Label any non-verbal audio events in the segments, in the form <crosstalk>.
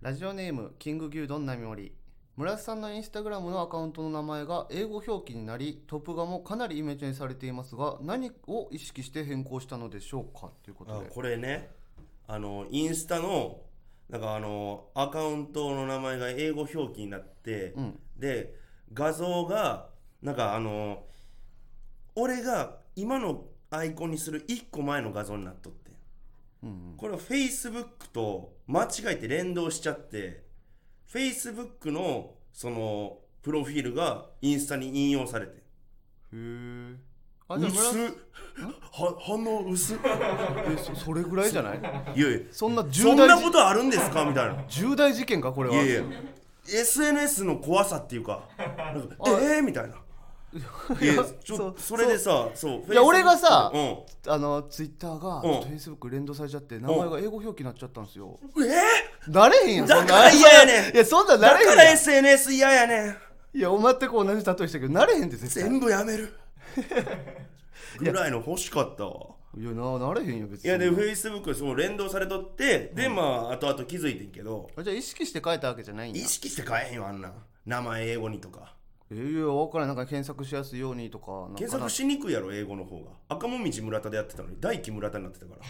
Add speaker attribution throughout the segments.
Speaker 1: ラジオネームキング牛丼並盛村瀬さんのインスタグラムのアカウントの名前が英語表記になりトップ画もかなりイメチェンされていますが何を意識して変更したのでしょうかということ
Speaker 2: あ
Speaker 1: で
Speaker 2: これねあのインスタのなんかあのアカウントの名前が英語表記になって、
Speaker 1: うん
Speaker 2: で画像がなんかあの俺が今のアイコンにする1個前の画像になっとって
Speaker 1: うんうん
Speaker 2: これを Facebook と間違えて連動しちゃって Facebook のそのプロフィールがインスタに引用されて
Speaker 1: へえあじゃあ
Speaker 2: 薄
Speaker 1: 村瀬
Speaker 2: っは反応薄っ
Speaker 1: <laughs> えそそれぐらいじゃ
Speaker 2: <laughs>
Speaker 1: ない
Speaker 2: いやいや
Speaker 1: そんな
Speaker 2: そ
Speaker 1: 重
Speaker 2: んな
Speaker 1: 大
Speaker 2: こ
Speaker 1: 事
Speaker 2: とあるんですかみたいな
Speaker 1: 重大事件かこれはい
Speaker 2: やいや SNS の怖さっていうかなん
Speaker 1: <laughs>
Speaker 2: か
Speaker 1: あ
Speaker 2: えー、み
Speaker 1: <laughs>
Speaker 2: たいないやち
Speaker 1: そ
Speaker 2: ょ
Speaker 1: う
Speaker 2: それでさそう
Speaker 1: いや俺がさ
Speaker 2: Facebook
Speaker 1: あのツイッターが
Speaker 2: うん
Speaker 1: フェイスブック連動されちゃって名前が英語表記になっちゃったんですよ
Speaker 2: うんえー、
Speaker 1: なれへんやん
Speaker 2: だから嫌やねん
Speaker 1: いやそんなんな
Speaker 2: だ
Speaker 1: れへ
Speaker 2: か
Speaker 1: ん
Speaker 2: ら
Speaker 1: やん
Speaker 2: SNS 嫌やねん
Speaker 1: いやお前ってこう同じ例えしたけどなれへんって絶対
Speaker 2: 全部や
Speaker 1: <laughs>
Speaker 2: めるぐらいの欲しかったわ
Speaker 1: いやななれへんよ別
Speaker 2: い
Speaker 1: に
Speaker 2: やで Facebook そう連動されとってでまあ後々気づいてんけど
Speaker 1: あじゃあ意識して書いたわけじゃないんだ
Speaker 2: 意識して変えへんよあんな名前英語にとか
Speaker 1: えー、いや分からんないなんか検索しやすいようにとかなんかな
Speaker 2: 検索しにくいやろ英語の方が赤もみじ村田でやってたのに大輝村田になってたから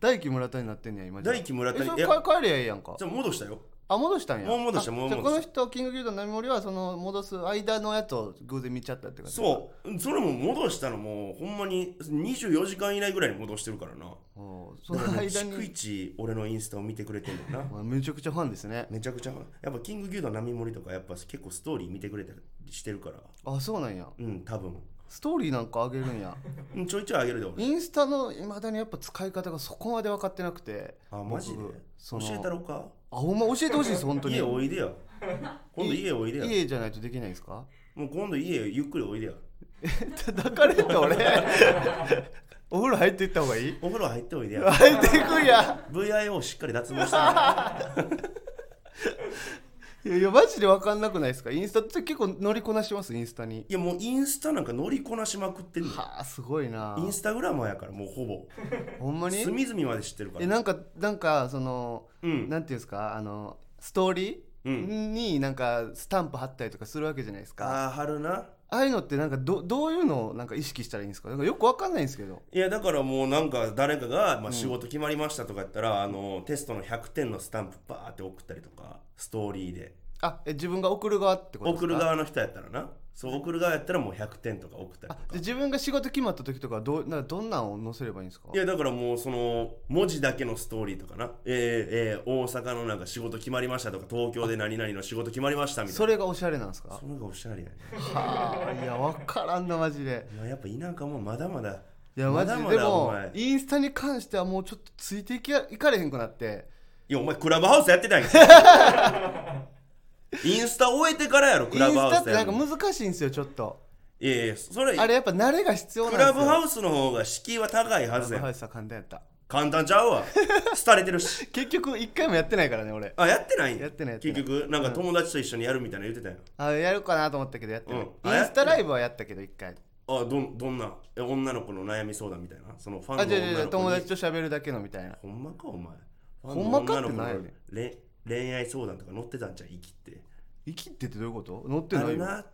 Speaker 1: 大輝村田になってんねや今じゃ
Speaker 2: 大輝村
Speaker 1: え
Speaker 2: 田
Speaker 1: そ
Speaker 2: にい
Speaker 1: れ
Speaker 2: や
Speaker 1: か帰りゃええやんか
Speaker 2: じゃあ戻したよ
Speaker 1: あ戻したんや
Speaker 2: もう戻した
Speaker 1: あ
Speaker 2: もう
Speaker 1: じゃあこ
Speaker 2: 戻
Speaker 1: の
Speaker 2: し
Speaker 1: 人キングギルドの並盛はその戻す間のやつを偶然見ちゃったって感じ
Speaker 2: そうそれも戻したのもほんまに24時間以内ぐらいに戻してるからな
Speaker 1: うんそ
Speaker 2: だ
Speaker 1: の
Speaker 2: からね
Speaker 1: 間
Speaker 2: 逐
Speaker 1: に
Speaker 2: 一俺のインスタを見てくれてんだよな
Speaker 1: まあめちゃくちゃファンですね
Speaker 2: めちゃくちゃやっぱキング牛丼並盛とかやっぱ結構ストーリー見てくれたりしてるから
Speaker 1: あそうなんや
Speaker 2: うん多分
Speaker 1: ストーリーなんかあげるん
Speaker 2: <laughs>
Speaker 1: や
Speaker 2: うんちょいちょいあげるで俺
Speaker 1: インスタのいまだにやっぱ使い方がそこまで分かってなくて
Speaker 2: あマジで
Speaker 1: 僕
Speaker 2: 教
Speaker 1: その
Speaker 2: えたろうか
Speaker 1: あほんま教えてほしいです本当に
Speaker 2: 家おいでよ今度家おいでよ
Speaker 1: 家じゃないとできないですか
Speaker 2: もう今度家ゆっくりおいでよ
Speaker 1: 抱かれんの俺お風呂入っていった方がいい
Speaker 2: お風呂入っておいでよ
Speaker 1: 入っていくんや
Speaker 2: VIO をしっかり脱毛
Speaker 1: <laughs>
Speaker 2: した
Speaker 1: いやいやマジで分かんなくないですかインスタって結構乗りこなしますインスタに
Speaker 2: いやもうインスタなんか乗りこなしまくってる
Speaker 1: はあすごいな
Speaker 2: インスタグラマーやからもうほぼ
Speaker 1: ほんまに
Speaker 2: 隅々まで知ってるか
Speaker 1: え
Speaker 2: ら
Speaker 1: なんかなんかその、
Speaker 2: うん
Speaker 1: なんていうんですかあのストーリ
Speaker 2: う
Speaker 1: ー
Speaker 2: ん
Speaker 1: になんかスタンプ貼ったりとかするわけじゃないですか、あ
Speaker 2: ああ春な
Speaker 1: あいうのってなんかどどういうのをなんか意識したらいいんですかなんかよくわかんないんですけど
Speaker 2: いやだからもうなんか誰かが、まあ、仕事決まりましたとかやったら、あのテストの100点のスタンプバーって送ったりとかストーリーで
Speaker 1: あえ自分が送る側ってことですか
Speaker 2: 送る側の人やったらなそう送る側やったらもう100点とか送ったり
Speaker 1: あ
Speaker 2: と
Speaker 1: で
Speaker 2: か
Speaker 1: 自分が仕事決まった時とかはどうなんかどんなんを載せればいいんですか
Speaker 2: いやだからもうその文字だけのストーリーとかな、えーえー大阪のなんか仕事決まりましたとか東京で何々の仕事決まりましたみたいな
Speaker 1: それがおしゃれなんですか
Speaker 2: それがおしゃれやね
Speaker 1: はあいや分からんなマジで
Speaker 2: いややっぱ田舎もまだまだ
Speaker 1: いやマジで
Speaker 2: まだまだお
Speaker 1: も
Speaker 2: 前
Speaker 1: インスタに関してはもうちょっとついていけいかれへんくなって
Speaker 2: いやお前クラブハウスやってたんや
Speaker 1: <laughs>
Speaker 2: インスタ終えてからやろ
Speaker 1: イ
Speaker 2: ク
Speaker 1: ン
Speaker 2: ラブ
Speaker 1: ス
Speaker 2: ハウ
Speaker 1: タっ
Speaker 2: ス
Speaker 1: て
Speaker 2: や
Speaker 1: なん
Speaker 2: る
Speaker 1: か
Speaker 2: の
Speaker 1: 難しいんですよちょっと
Speaker 2: いやいやそれ
Speaker 1: あれやっぱ慣れが必要なん
Speaker 2: ク
Speaker 1: ですよ
Speaker 2: ラブハウスの方が敷居は高いはず
Speaker 1: クラブハ
Speaker 2: や
Speaker 1: ウスは簡単やった
Speaker 2: 簡単ちゃうわ廃れてるし
Speaker 1: 結局一回もやってないからね俺
Speaker 2: あやってないん
Speaker 1: やってないやってない
Speaker 2: 結局なんか友達と一緒にやるみたいな言ってたやん
Speaker 1: あやるかなと思ったけどやってない、
Speaker 2: うんあ
Speaker 1: インスタライブはやったけど一回
Speaker 2: あどんどんなえ女の子の悩み相談みたいなそのファンの
Speaker 1: あじゃ
Speaker 2: 女
Speaker 1: じゃ
Speaker 2: の子に
Speaker 1: 友達と喋るだけのみたいな
Speaker 2: ほんまかお前
Speaker 1: ほんまかってないよね
Speaker 2: ファンの女の子のれ恋愛相談とか載ってたんじゃん生きって
Speaker 1: 生きってってどういうこと乗って
Speaker 2: あ
Speaker 1: ない
Speaker 2: る
Speaker 1: よ
Speaker 2: な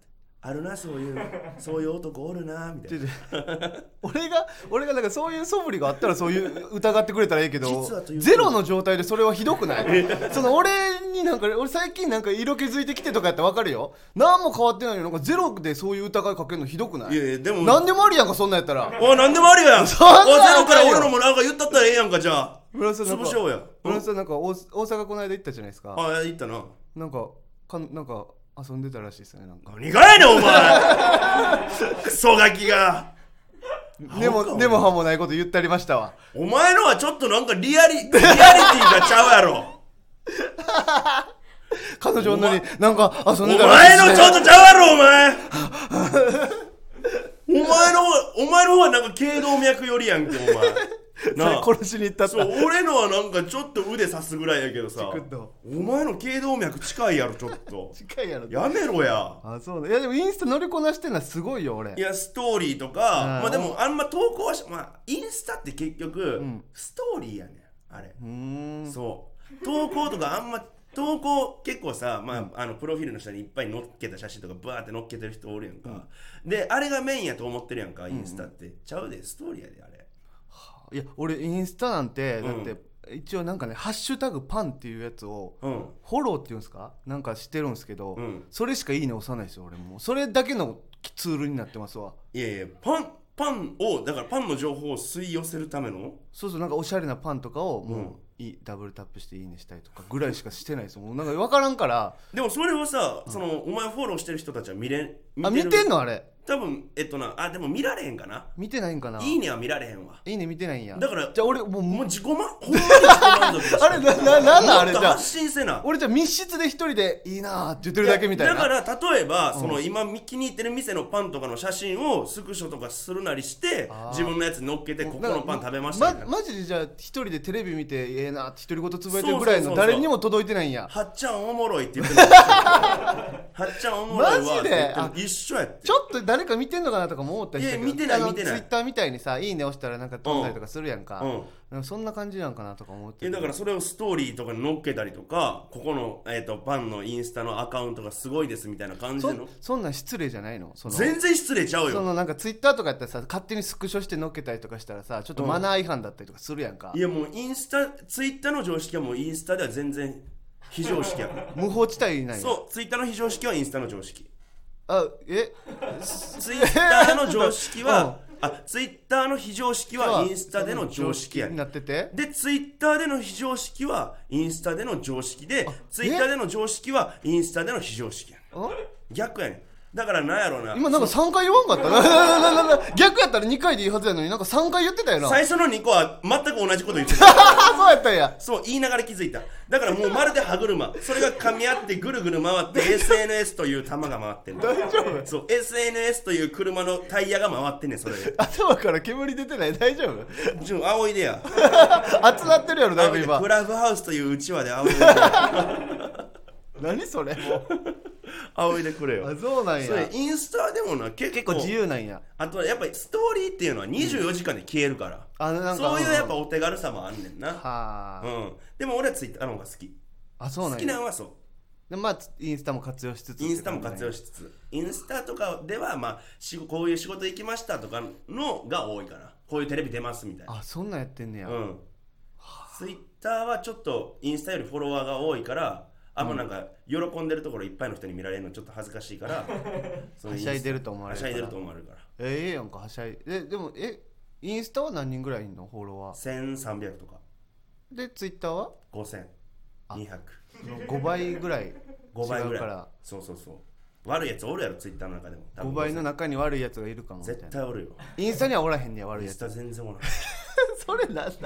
Speaker 2: あるなそういうそういう男おるなみたい
Speaker 1: ちょ
Speaker 2: な
Speaker 1: ちょ <laughs> 俺が俺がなんかそういう素振りがあったらそういう疑ってくれたらいいけど
Speaker 2: 実はというと
Speaker 1: ゼロの状態でそれはひどくない
Speaker 2: <laughs>
Speaker 1: その俺になんか俺最近なんか色気づいてきてとかやったら分かるよ何も変わってないのになんかゼロでそういう疑いかけるのひどくない
Speaker 2: いやいやでも
Speaker 1: 何でもありやんかそんなんやったら
Speaker 2: おなんでもあるやん
Speaker 1: そんなん
Speaker 2: おゼロから
Speaker 1: あるよ
Speaker 2: 俺のもなんか言ったったらええやんかじゃあ
Speaker 1: 村瀬さんなん
Speaker 2: 潰
Speaker 1: か
Speaker 2: しようや
Speaker 1: 村瀬さんなんか大大阪この間行ったじゃないですか
Speaker 2: あ言ったな
Speaker 1: なんかかんなんか遊んでたらしいですねなんか
Speaker 2: 何がやねんお前 <laughs> クソガキが
Speaker 1: で
Speaker 2: お前
Speaker 1: もでも歯もないこと言ってありましたわ
Speaker 2: お前のはちょっとなんかリアリリアリティがちゃうやろ
Speaker 1: 彼女女になんか遊
Speaker 2: お
Speaker 1: んでたらしい
Speaker 2: 前
Speaker 1: っすね
Speaker 2: のちょっとちゃうやろお前お前のお前の方はなんか頸動脈よりやんけお前なあ
Speaker 1: <laughs> それ <laughs> 殺しに行ったっ
Speaker 2: そう
Speaker 1: た
Speaker 2: 俺のはなんかちょっと腕刺すぐらいやけどさ
Speaker 1: チクッと
Speaker 2: お前の頸動脈近いやろちょっと
Speaker 1: 近いやろ
Speaker 2: やめろや
Speaker 1: あそうだいやでもインスタ乗りこなしてるのはすごいよ俺
Speaker 2: いやストーリーとかまあでもあんま投稿はしまあインスタって結局、ストーリーやねんあれ
Speaker 1: うーん
Speaker 2: そう投稿とかあんま投稿結構さ、まあ、あのプロフィールの下にいっぱい載っけた写真とかバーって載っけてる人おるやんか、であれがメインやと思ってるやんかインスタって、ちゃうでストーリーやであれ
Speaker 1: いや俺インスタなんてだっ
Speaker 2: う
Speaker 1: て一応なんかね「ハッシュタグパン」っていうやつを
Speaker 2: うん
Speaker 1: フォローっていうんですかなんかしてるんですけど、
Speaker 2: うん
Speaker 1: それしかいいね押さないですよ俺もうそれだけのツールになってますわ
Speaker 2: いやいやパンパンをだからパンの情報を吸い寄せるための
Speaker 1: そうそうなんかおしゃれなパンとかをもう、
Speaker 2: うん
Speaker 1: いいダブルタップして「いいね」したりとかぐらいしかしてないですもうなんか分からんから
Speaker 2: でもそれはさ、そのお前フォローしてる人たちは見れ見
Speaker 1: あ見てん
Speaker 2: の
Speaker 1: のあれ
Speaker 2: 多分えっとなあでも見られへんかな
Speaker 1: 見てないんかない
Speaker 2: いねは見られへんわ
Speaker 1: いいね見てないんや
Speaker 2: だから
Speaker 1: じゃあ俺もう
Speaker 2: もう自己満ほんまに自己満足だし
Speaker 1: あれなななんなんあれ
Speaker 2: もっ
Speaker 1: じ
Speaker 2: と
Speaker 1: ゃあ
Speaker 2: 発信せな
Speaker 1: 俺じゃあ密室で一人でいいなーって言ってるだけみたいな
Speaker 2: やだから例えば、その今気に入ってる店のパンとかの写真をスクショとかするなりして
Speaker 1: あー
Speaker 2: 自分のやつに乗っけてここのパン食べましたみたいな、
Speaker 1: マジでじゃあ一人でテレビ見てええなって独り言つぶやいてるぐらいの誰にも届いてないんや
Speaker 2: はっちゃんおもろいって言ってる
Speaker 1: <laughs>
Speaker 2: はっちゃんおもろいわって言って
Speaker 1: マジ
Speaker 2: る一緒やって
Speaker 1: ちょっと誰か見てんのかなとかも思ったりしたけど
Speaker 2: いや見てない
Speaker 1: あの
Speaker 2: 見てない
Speaker 1: ツイッターみたいにさ「いいね」押したらなんか飛んだりとかするやんか,、
Speaker 2: うんうん
Speaker 1: そんな感じなんかなとか思って
Speaker 2: えだからそれをストーリーとかに乗っけたりとかここの、えー、とパンのインスタのアカウントがすごいですみたいな感じ
Speaker 1: そ
Speaker 2: の
Speaker 1: そんなん失礼じゃないのその
Speaker 2: 全然失礼ちゃう
Speaker 1: そ
Speaker 2: よ
Speaker 1: のなんかツイッターとかやったらさ勝手にスクショして載っけたりとかしたらさちょっとマナー違反だったりとかするやんか、
Speaker 2: いやもうインスタツイッターの常識はもうインスタでは全然非常識やから
Speaker 1: <laughs> 無法地帯ない
Speaker 2: そうツイッターの非常識はインスタの常
Speaker 1: <laughs>
Speaker 2: 識
Speaker 1: あえ
Speaker 2: ツイッターの常
Speaker 1: <laughs>
Speaker 2: 識は、あツイッターの非常識は
Speaker 1: は
Speaker 2: インスタでの常識や
Speaker 1: になってて
Speaker 2: でツイッターでの非常識はインスタでの常識でツイッターでの常識はインスタでの非常識やね
Speaker 1: あ
Speaker 2: ん逆やねんだからなんやろうな
Speaker 1: 今なんか3回言わんかったななななな <laughs> な逆やったら2回でいいはずやのになんか3回言ってたよな
Speaker 2: 最初の2個は全く同じこと言って
Speaker 1: <laughs>
Speaker 2: た
Speaker 1: そうやったんや
Speaker 2: そう言いながら気づいただからもうまるで歯車それが噛み合ってぐるぐ
Speaker 1: <laughs>
Speaker 2: る回って SNS という玉が回ってんの大丈夫そう SNS という車のタイヤが回ってんねんそ
Speaker 1: <laughs>
Speaker 2: れで
Speaker 1: 頭から煙出てない大丈夫
Speaker 2: ちょ青いでや
Speaker 1: 熱なってるやろだいぶ今
Speaker 2: クラブハウスといううちわで青いで
Speaker 1: 何それも
Speaker 2: 仰いでくれ
Speaker 1: う
Speaker 2: よ
Speaker 1: あそうなんや
Speaker 2: それインスタでもな結構
Speaker 1: 結構自由なんや
Speaker 2: あとはやっぱりストーリーっていうのは24時間で消えるから、
Speaker 1: あなんか
Speaker 2: そういうやっぱ
Speaker 1: は
Speaker 2: お手軽さもあんねんな、う
Speaker 1: あ、
Speaker 2: ん、でも俺はツイッターの方が好き
Speaker 1: あそう
Speaker 2: 好
Speaker 1: なん
Speaker 2: きな
Speaker 1: や
Speaker 2: のはそ
Speaker 1: でまあインスタも活用しつつ
Speaker 2: うインスタも活用
Speaker 1: し
Speaker 2: しつつインスタとかではまあしこういう仕事行きましたとかのが多いかなこういうテレビ出ますみたいな
Speaker 1: あそんなんやってんねや、
Speaker 2: うんツイッターはちょっとインスタよりフォロワーが多いからあんまなんか喜んでるところいっぱいの人に見られるのちょっと恥ずかしいから <laughs> その
Speaker 1: は
Speaker 2: インス
Speaker 1: しゃいでると思わ
Speaker 2: は
Speaker 1: れる
Speaker 2: し
Speaker 1: か
Speaker 2: ゃ
Speaker 1: ら
Speaker 2: いでると思われるから
Speaker 1: えええやんかはしゃいででもえインスタは何人ぐらいいんのフォロワー
Speaker 2: 1300とか
Speaker 1: でツイッターは
Speaker 2: 5200
Speaker 1: 5倍ぐらい違
Speaker 2: 5倍ぐ
Speaker 1: う
Speaker 2: らい
Speaker 1: から
Speaker 2: そうそうそう悪いやつおるやろツイッターの中でも多分
Speaker 1: 5倍の中に悪いやつがいるかもみたい
Speaker 2: 絶
Speaker 1: な
Speaker 2: 対おるよ
Speaker 1: インスタにはおらへんねや悪
Speaker 2: イ
Speaker 1: い
Speaker 2: ン
Speaker 1: や
Speaker 2: ス
Speaker 1: つ
Speaker 2: タ全然おらん
Speaker 1: <laughs> それなんだそ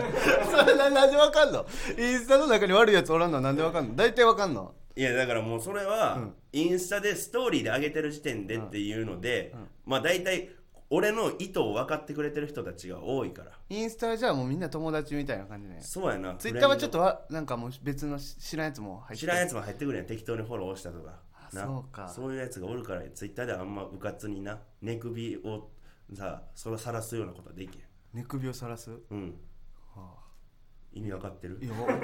Speaker 1: れななんでわかんのインスタの中に悪いやつおらんのなんでわかんの大体わかんの
Speaker 2: いやだからもうそれは、インスタでストーリーで上げてる時点でっていうので、まあ大体俺の意図を分かってくれてる人たちが多いから
Speaker 1: インスタはじゃあもうみんな友達みたいな感じね
Speaker 2: そうやな
Speaker 1: ツイッターはちょっとわなんかもう別の知らんやつも入って
Speaker 2: 知らんやつも入ってくるやん適当にフォローしたとか
Speaker 1: あそうか
Speaker 2: そういうやつがおるからツイッターではあんまうかつにな寝首をさそれさらすようなことはできへん
Speaker 1: 寝首をさらす
Speaker 2: うん、意味わかってる
Speaker 1: いやわわ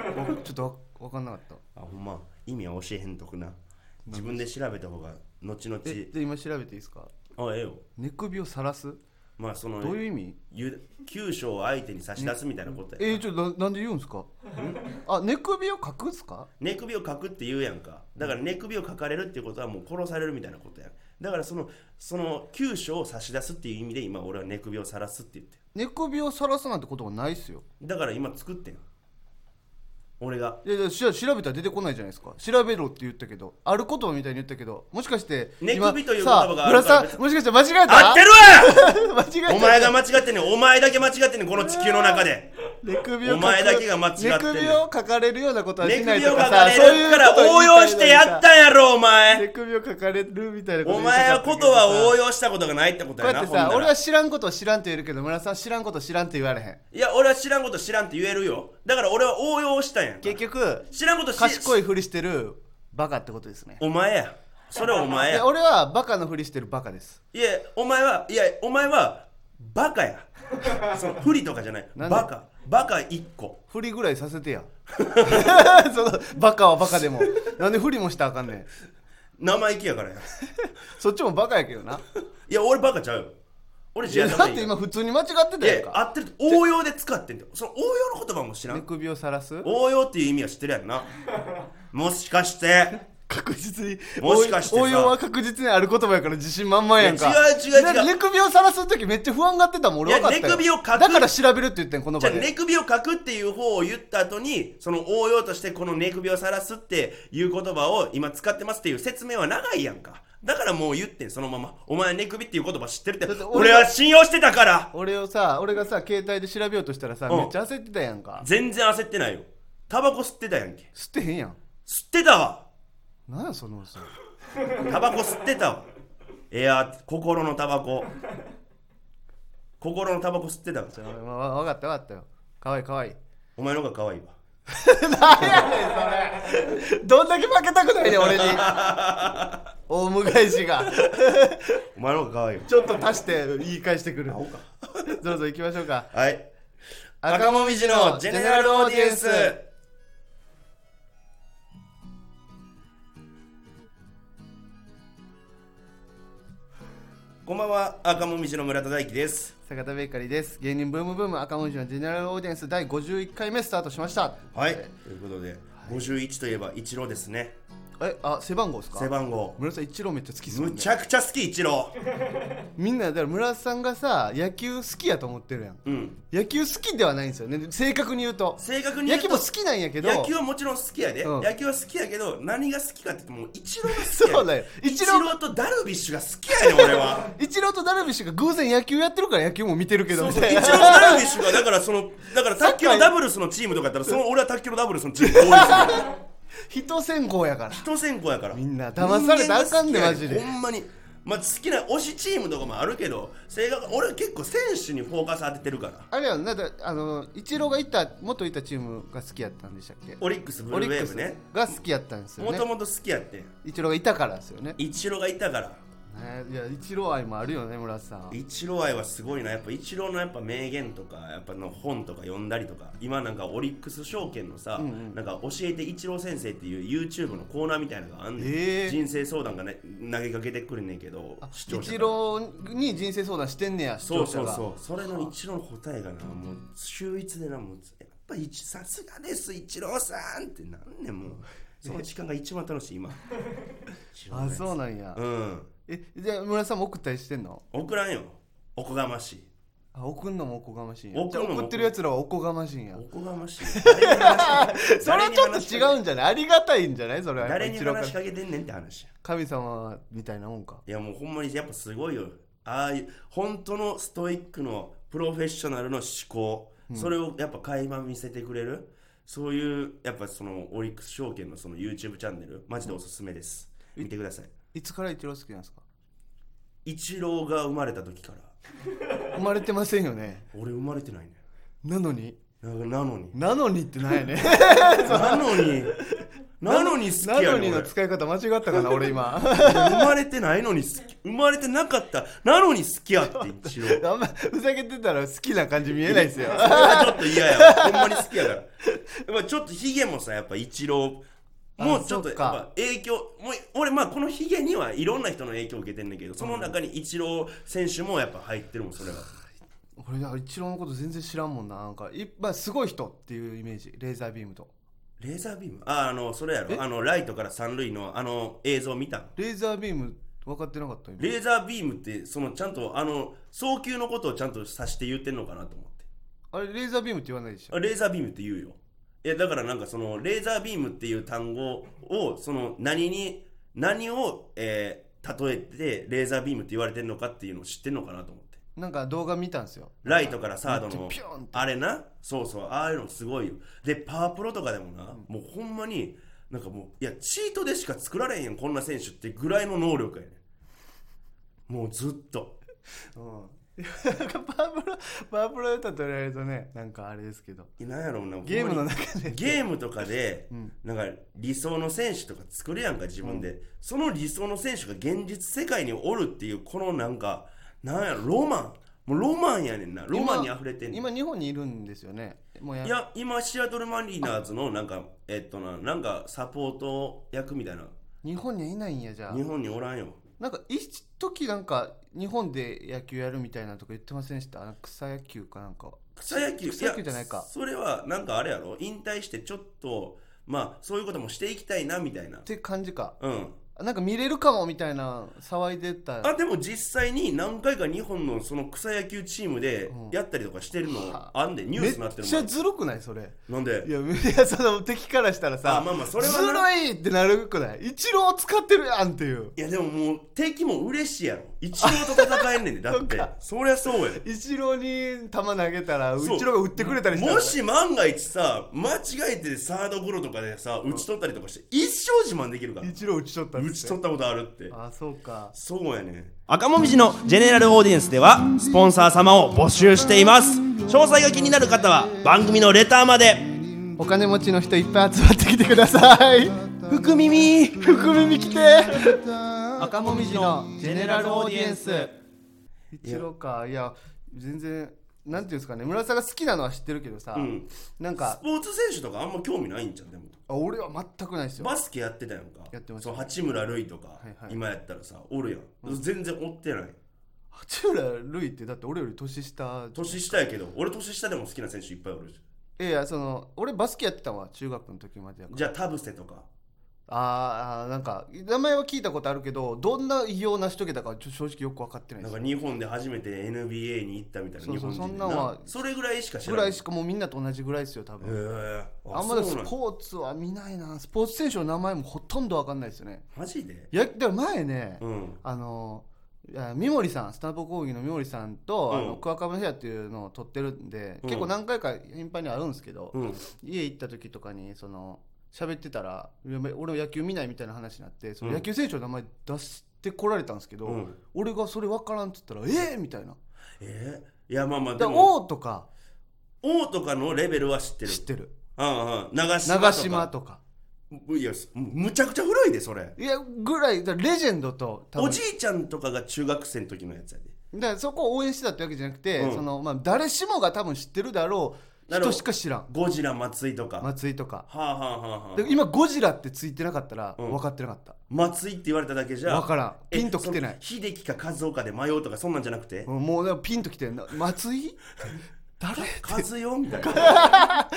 Speaker 1: ちょっとわわかんなか
Speaker 2: <laughs>
Speaker 1: った
Speaker 2: あほんま意味は教えへんとくな自分で調べた方が後々
Speaker 1: えで今調べていいですか
Speaker 2: あええよ
Speaker 1: 寝首をさらす
Speaker 2: まあその
Speaker 1: どういう意味
Speaker 2: ゆ九章を相手に差し出すみたいなことや、
Speaker 1: えー、ちょっとななんで言うんすかあ寝首を隠すか
Speaker 2: 寝首をかくって言うやんかだから寝首をかかれるっていうことはもう殺されるみたいなことやんだからそのその九章を差し出すっていう意味で今俺は寝首を晒すって言ってる
Speaker 1: 寝首をさらすなんてことがないっすよ
Speaker 2: だから今作ってん俺が
Speaker 1: いやいやし調べたら出てこないじゃないですか調べろって言ったけどある言葉みたいに言ったけどもしかして
Speaker 2: 寝
Speaker 1: 今
Speaker 2: 首という言葉があるから
Speaker 1: さ村さんもしかして間違えた
Speaker 2: 合って
Speaker 1: <laughs>
Speaker 2: る
Speaker 1: 間違え
Speaker 2: わ
Speaker 1: た
Speaker 2: お前が間違ってんねんお前だけ間違ってんねんこの地球の中で
Speaker 1: 寝首を
Speaker 2: お前だけが間違ってんねん
Speaker 1: 寝首をかかれるようなことは
Speaker 2: 寝
Speaker 1: しない
Speaker 2: 首
Speaker 1: と
Speaker 2: を
Speaker 1: か
Speaker 2: か
Speaker 1: さ
Speaker 2: かれるから
Speaker 1: そういうことを
Speaker 2: 応
Speaker 1: 言いたいの
Speaker 2: 用
Speaker 1: に
Speaker 2: してやったんやろお前
Speaker 1: 寝首をかかれるみたいなこと
Speaker 2: お前はことは
Speaker 1: 用
Speaker 2: 応用したことがないってこ
Speaker 1: こ
Speaker 2: と
Speaker 1: う
Speaker 2: や
Speaker 1: やっ
Speaker 2: な
Speaker 1: て
Speaker 2: ほんな
Speaker 1: さ
Speaker 2: ら
Speaker 1: 俺は知らんことを知らんと言えるけど村さんは知らんことを知らんと言われへん
Speaker 2: いや俺は知らんこと知らんって言えるよだから俺は応用したんやん
Speaker 1: 結局
Speaker 2: 知らんことし
Speaker 1: 賢いふりしてるバカってことですね
Speaker 2: お前やそれはお
Speaker 1: い
Speaker 2: 前や
Speaker 1: や俺はバカのふりしてるバカです
Speaker 2: い <laughs> やお前はいやお前はバカやその不利とかじゃない
Speaker 1: なんで
Speaker 2: バカバカ1個
Speaker 1: 振りぐらいさせてや <laughs> そのバカはバカ
Speaker 2: <laughs>
Speaker 1: でもなんで振りもしたらあかんねん
Speaker 2: 生意気やからや
Speaker 1: そっちもバカやけどない
Speaker 2: や俺バカちゃうよ俺
Speaker 1: いやだって今
Speaker 2: 今
Speaker 1: 普通に間違ってた
Speaker 2: い
Speaker 1: やん
Speaker 2: や合
Speaker 1: か
Speaker 2: ってると応用で使ってんだよその応用の言葉も知ら
Speaker 1: 寝
Speaker 2: ん
Speaker 1: 首をさらす
Speaker 2: 応用っていう意味は知ってるやんなもしかして
Speaker 1: 確実に
Speaker 2: もしかしてさ
Speaker 1: 応用は確実にある言葉やから自信満々やんか
Speaker 2: いや違う違う違う
Speaker 1: だって寝首をさらす時めっちゃ不安がってたもん俺分かったよ
Speaker 2: いや寝首を隠
Speaker 1: だから調べるって言ってんこの
Speaker 2: じゃ
Speaker 1: 場
Speaker 2: あ
Speaker 1: で
Speaker 2: 寝首をかくっていう方を言った後にその応用としてこの寝首を晒すっていう言葉を今使ってますっていう説明は長いやんかだからもう言ってんそのままお前寝首っていう言葉知ってるって
Speaker 1: だって俺
Speaker 2: 俺
Speaker 1: が
Speaker 2: は信用してたから
Speaker 1: 俺をさ俺がさ携帯で調べようとしたらさ、
Speaker 2: うん
Speaker 1: めっちゃ焦ってたやんか
Speaker 2: 全然焦ってないよタバコ吸ってたやんけ
Speaker 1: 吸ってへんやん
Speaker 2: 吸ってたわ
Speaker 1: なんやその嘘
Speaker 2: タバコ吸ってたわエアー心のタバコ心のタバコ吸ってたわ
Speaker 1: じゃあまあわ分かった分かったよかわいいかわいい
Speaker 2: お前の方が可愛いわ
Speaker 1: 何やねんそれどんだけ負けたくないねん俺に <laughs> オウム返しが
Speaker 2: お前の方が可愛いわ
Speaker 1: ちょっと足して言い返してくるどうぞ行きましょうか
Speaker 2: はい赤もみじのジェネラルオーディエンスこんばんは赤もみじの村田大樹です
Speaker 1: 坂田ベーカリーです芸人ブームブーム赤文字のジェネラルオーディエンス第51回目スタートしました
Speaker 2: はいということで51といえば一郎ですね
Speaker 1: えあ背番号ですか
Speaker 2: 背番号
Speaker 1: 村田さん一郎めっちゃ好きっすも
Speaker 2: む
Speaker 1: んね
Speaker 2: ちゃくちゃ好き一郎
Speaker 1: みんなだから村田さんがさ野球好きやと思ってるやん
Speaker 2: うん
Speaker 1: 野球好きではないんですよね正確に言うと
Speaker 2: 正確に言
Speaker 1: 野
Speaker 2: うと
Speaker 1: 球も好きなんやけど
Speaker 2: 野球はもちろん好きやで、
Speaker 1: うん
Speaker 2: 野球は好きやけど何が好きかって言っても一郎が好きや
Speaker 1: そうだよ
Speaker 2: イチ
Speaker 1: 一
Speaker 2: ロ
Speaker 1: 郎
Speaker 2: ーとダルビッシュが好きやねん俺は
Speaker 1: 一郎とダルビッシュが偶然野球やってるから野球も見てるけど
Speaker 2: そう
Speaker 1: み
Speaker 2: そ
Speaker 1: た
Speaker 2: う、
Speaker 1: い
Speaker 2: イチロ
Speaker 1: な
Speaker 2: ーとダルビッシュが、だからその、だから卓球のダブルスのチームとかやったら、その俺は卓球のダブルスのチームが多いですよ。
Speaker 1: 人選考やから
Speaker 2: 人選考やから。み
Speaker 1: んな騙されたらあかんでマジで
Speaker 2: ほんまに。まあ、好きな推しチームとかもあるけど、正確俺は結構選手にフォーカス当ててるから。
Speaker 1: あれやんなんだあの一郎がいた元いたチームが好きやったんでしたっけ
Speaker 2: オリックス、ブルーウェーブね。
Speaker 1: が好きやったんですよ
Speaker 2: も
Speaker 1: ね
Speaker 2: ともと好きやってん。
Speaker 1: 一郎がいたからですよね
Speaker 2: イチローがいたから。
Speaker 1: ねいや一郎愛もあるよね村瀬さんは
Speaker 2: イチロー愛はすごいな。やっぱイチローのやっぱ名言とか、やっぱの本とか読んだりとか、今なんかオリックス証券のさ、なんか教えてイチロー先生っていう YouTube のコーナーみたいなのがあんねん。
Speaker 1: ええ
Speaker 2: 人生相談がね投げかけてくるねんけど視聴者
Speaker 1: 一
Speaker 2: が
Speaker 1: 郎に人生相談してんねや視
Speaker 2: そ
Speaker 1: 聴
Speaker 2: う
Speaker 1: 者
Speaker 2: そう
Speaker 1: が
Speaker 2: そうそれの一郎の答えがなもう秀逸でなもうやっぱ一さすがです一郎さんってなんねんもうその時間が一番楽し
Speaker 1: <laughs>
Speaker 2: い今一郎
Speaker 1: あ
Speaker 2: ね
Speaker 1: そうなんや、
Speaker 2: うん
Speaker 1: えじゃあ村瀬さんも送ったりしてんの
Speaker 2: 送らんよおこがましい
Speaker 1: あ送んのもおこがましいんや
Speaker 2: 送
Speaker 1: じ
Speaker 2: る
Speaker 1: ゃ
Speaker 2: の
Speaker 1: あ
Speaker 2: も
Speaker 1: 送ってるやつらはおこがましいんや
Speaker 2: おこが
Speaker 1: <laughs>
Speaker 2: ましい誰に話しかけ
Speaker 1: それはちょっと違
Speaker 2: 誰に話しか
Speaker 1: うんじゃないありがたいんじゃないそれ
Speaker 2: け
Speaker 1: は
Speaker 2: 誰に
Speaker 1: 一郎
Speaker 2: 話
Speaker 1: か
Speaker 2: しかけてんねんって話や
Speaker 1: 神様みたいなもんか
Speaker 2: いやもうほんまにやっぱすごいよああいう本当のストイックのプロフェッショナルの思考、それをやっぱ垣間見せてくれるそういうやっぱそのオリックス証券のその YouTube チャンネルマジでおすすめです、見てください
Speaker 1: いつから一郎好きなんですか
Speaker 2: イチローが生まれた時から
Speaker 1: 生まれてませんよね
Speaker 2: 俺生まれてないね
Speaker 1: なのに
Speaker 2: な
Speaker 1: <laughs>
Speaker 2: なのに
Speaker 1: なのにってなん <laughs> やね
Speaker 2: なのになのに好きや
Speaker 1: な
Speaker 2: ね
Speaker 1: の
Speaker 2: ん
Speaker 1: にの
Speaker 2: 俺
Speaker 1: 使い方間違ったかな俺 <laughs> 今
Speaker 2: 生まれてないのに好き生まれてなかったなのに好きやって一郎
Speaker 1: あんまふざけてたら好きな感じ見えないですよ
Speaker 2: それはちょっと嫌やわほんまに好きやからまあちょっとヒゲもさやっぱ一郎もうちょっ
Speaker 1: あそ
Speaker 2: と
Speaker 1: っ
Speaker 2: やっ
Speaker 1: か
Speaker 2: ぱ影響もう俺まあこのヒゲにはいろんな人の影響を受けてんだけどその中に一郎選手もやっぱ入ってるもんそれは
Speaker 1: 俺だから一郎のこと全然知らんもんななんかい、まあ、すごい人っていうイメージレーザービームと
Speaker 2: レーザービームああのそれや
Speaker 1: え
Speaker 2: ろあのライトから三塁のあの映像見た
Speaker 1: レーザービーム分かってなかった今
Speaker 2: レーザービームってそのちゃんとあの送球のことをちゃんと指して言ってんのかなと思って
Speaker 1: あれレーザービームって言わないでしょ
Speaker 2: あレーザービームって言うよいやだからなんかそのレーザービームっていう単語をその何に何を、えー例えてレーザービームって言われてるのかっていうのを知ってんのかなと思って
Speaker 1: なんか動画見たんですよ
Speaker 2: ライトからサード
Speaker 1: め
Speaker 2: の
Speaker 1: っちゃピョンって
Speaker 2: あれなそうそうああいうのすごいよでパワープロとかでもな、もうほんまになんかもういやチートでしか作られへんやんこんな選手ってぐらいの能力やねんもうずっと
Speaker 1: うんなん <laughs> かパワープロパワープロで例えられるとねなんかあれですけど
Speaker 2: いやなんやろうなほんまに
Speaker 1: ゲームの中で
Speaker 2: ゲームとかで、なんか理想の選手とか作るやんか自分で、その理想の選手が現実世界におるっていうこのなんかなんやろロマンもうロマンやねんなロマンに溢れてんねん
Speaker 1: 今日本にいるんですよねもうや
Speaker 2: いや今シアトルマリナーズのなんかえっとななんかサポート役みたいな
Speaker 1: 日本にはいないんやじゃあ
Speaker 2: 日本におらんよ
Speaker 1: なんか一時なんか日本で野球やるみたいなとか言ってませんでしたあの草野球かなんか
Speaker 2: 草野球
Speaker 1: 草野球じゃないか
Speaker 2: やそれはなんかあれやろ引退してちょっとまあそういうこともしていきたいなみたいな
Speaker 1: って感じか
Speaker 2: うん
Speaker 1: なんか見れるかもみたいな騒いでた
Speaker 2: あでも実際に何回か日本のその草野球チームで
Speaker 1: うん
Speaker 2: やったりとかしてるのあんでニュー
Speaker 1: め
Speaker 2: スになって
Speaker 1: っ
Speaker 2: る
Speaker 1: ち
Speaker 2: も
Speaker 1: ゃ
Speaker 2: ん
Speaker 1: ずるくないそれ
Speaker 2: なんで
Speaker 1: いやいやその敵からしたらさ
Speaker 2: あまあまあそれは
Speaker 1: ず
Speaker 2: な
Speaker 1: るいってなるくない一郎使ってるやんっていう
Speaker 2: いやでももう敵も嬉しいやろ一応と戦え
Speaker 1: <laughs>
Speaker 2: んねんでだって
Speaker 1: そっか
Speaker 2: そりゃそうやで
Speaker 1: 一郎に球投げたら
Speaker 2: そう
Speaker 1: 一郎が打ってくれたりしたら
Speaker 2: もし万が一さ間違えてサードゴロとかでさ打ち取ったりとかして一生自慢できるから
Speaker 1: 一郎打ち取ったんで
Speaker 2: 打
Speaker 1: す
Speaker 2: ち
Speaker 1: ね
Speaker 2: 取ったことあるって
Speaker 1: あそうか
Speaker 2: そうやね赤もみじのジェネラルオーディエンスではスポンサー様を募集しています詳細が気になる方は番組のレターまで
Speaker 1: お金持ちの人いっぱい集まってきてください福耳福耳来て赤もみじのジェネラルオーディエンス一郎かいや全然なんていうんですかね村田さんが好きなのは知ってるけどさ、
Speaker 2: うん
Speaker 1: なん
Speaker 2: ス
Speaker 1: か
Speaker 2: ポーツ選手とかあんま興味ないんじゃんでも
Speaker 1: あ俺は全くないですよ
Speaker 2: バスケやってたやんか
Speaker 1: やってました
Speaker 2: そう八村塁とか、
Speaker 1: いはい
Speaker 2: 今やったらさおるやん、全然追ってない
Speaker 1: 八浦塁ってだって俺より年下じゃん
Speaker 2: 年下やけど俺年下でも好きな選手いっぱいおるし
Speaker 1: いやいやその俺バスケやってたわ中学の時までやから
Speaker 2: じゃあ田臥とか
Speaker 1: あーあーなんか名前は聞いたことあるけどどんな偉業を成し遂げたかちょ正直よく分かってない
Speaker 2: な
Speaker 1: で
Speaker 2: ん
Speaker 1: す
Speaker 2: か日本で初めて NBA に行ったみたいな
Speaker 1: そうそう
Speaker 2: 日本人で
Speaker 1: そんなんは
Speaker 2: それぐらいしか知ら
Speaker 1: ぐ
Speaker 2: ない
Speaker 1: らいしかもうみんなと同じぐらいですよ多
Speaker 2: へ
Speaker 1: 分
Speaker 2: え
Speaker 1: あんまり
Speaker 2: そう
Speaker 1: ス
Speaker 2: なん
Speaker 1: ポーツは見ないなスポーツ選手の名前もほとんど分かんないですよね
Speaker 2: マジで
Speaker 1: いやだから前ね、
Speaker 2: うん
Speaker 1: あのいや三森さんスタンプ講義の三森さんと、あ
Speaker 2: う
Speaker 1: の
Speaker 2: ん
Speaker 1: クワカブヘアっていうのを撮ってるんで、
Speaker 2: うん
Speaker 1: 結構何回か頻繁にあるんですけど、
Speaker 2: うん
Speaker 1: 家行った時とかにその喋ってたらいや俺野球見ないみたいな話になってその
Speaker 2: うん
Speaker 1: 野球選手の名前出してこられたんですけど、
Speaker 2: うん
Speaker 1: 俺がそれ分からんっつったら「ええみたいな
Speaker 2: えーいやまあまあ
Speaker 1: 「
Speaker 2: で
Speaker 1: だ
Speaker 2: も
Speaker 1: 王」とか
Speaker 2: 王とかのレベルは知ってる
Speaker 1: 知ってる
Speaker 2: うんうん長
Speaker 1: 「
Speaker 2: 島とか
Speaker 1: 長島」とか
Speaker 2: いやすむちゃくちゃ古いでそれ
Speaker 1: いやぐらいだからレジェンドと多分
Speaker 2: おじいちゃんとかが中学生の時のやつやで
Speaker 1: だからそこを応援してたってわけじゃなくて、
Speaker 2: うん
Speaker 1: そのまあ、誰しもが多分知ってるだろう
Speaker 2: なるほ
Speaker 1: 人
Speaker 2: ど
Speaker 1: しか知らん
Speaker 2: ゴジラ松井とか、
Speaker 1: 松井とか
Speaker 2: はあはあはあはあ
Speaker 1: で今ゴジラってついてなかったら
Speaker 2: うん
Speaker 1: 分かってなかった、
Speaker 2: 松井って言われただけじゃ
Speaker 1: 分からん
Speaker 2: え
Speaker 1: ピンときてない
Speaker 2: その秀樹か和夫かで迷うとかそんなんじゃなくて、
Speaker 1: うんもうでもピンときてんな松
Speaker 2: <laughs>
Speaker 1: 井誰
Speaker 2: 和代みたい
Speaker 1: <laughs>
Speaker 2: な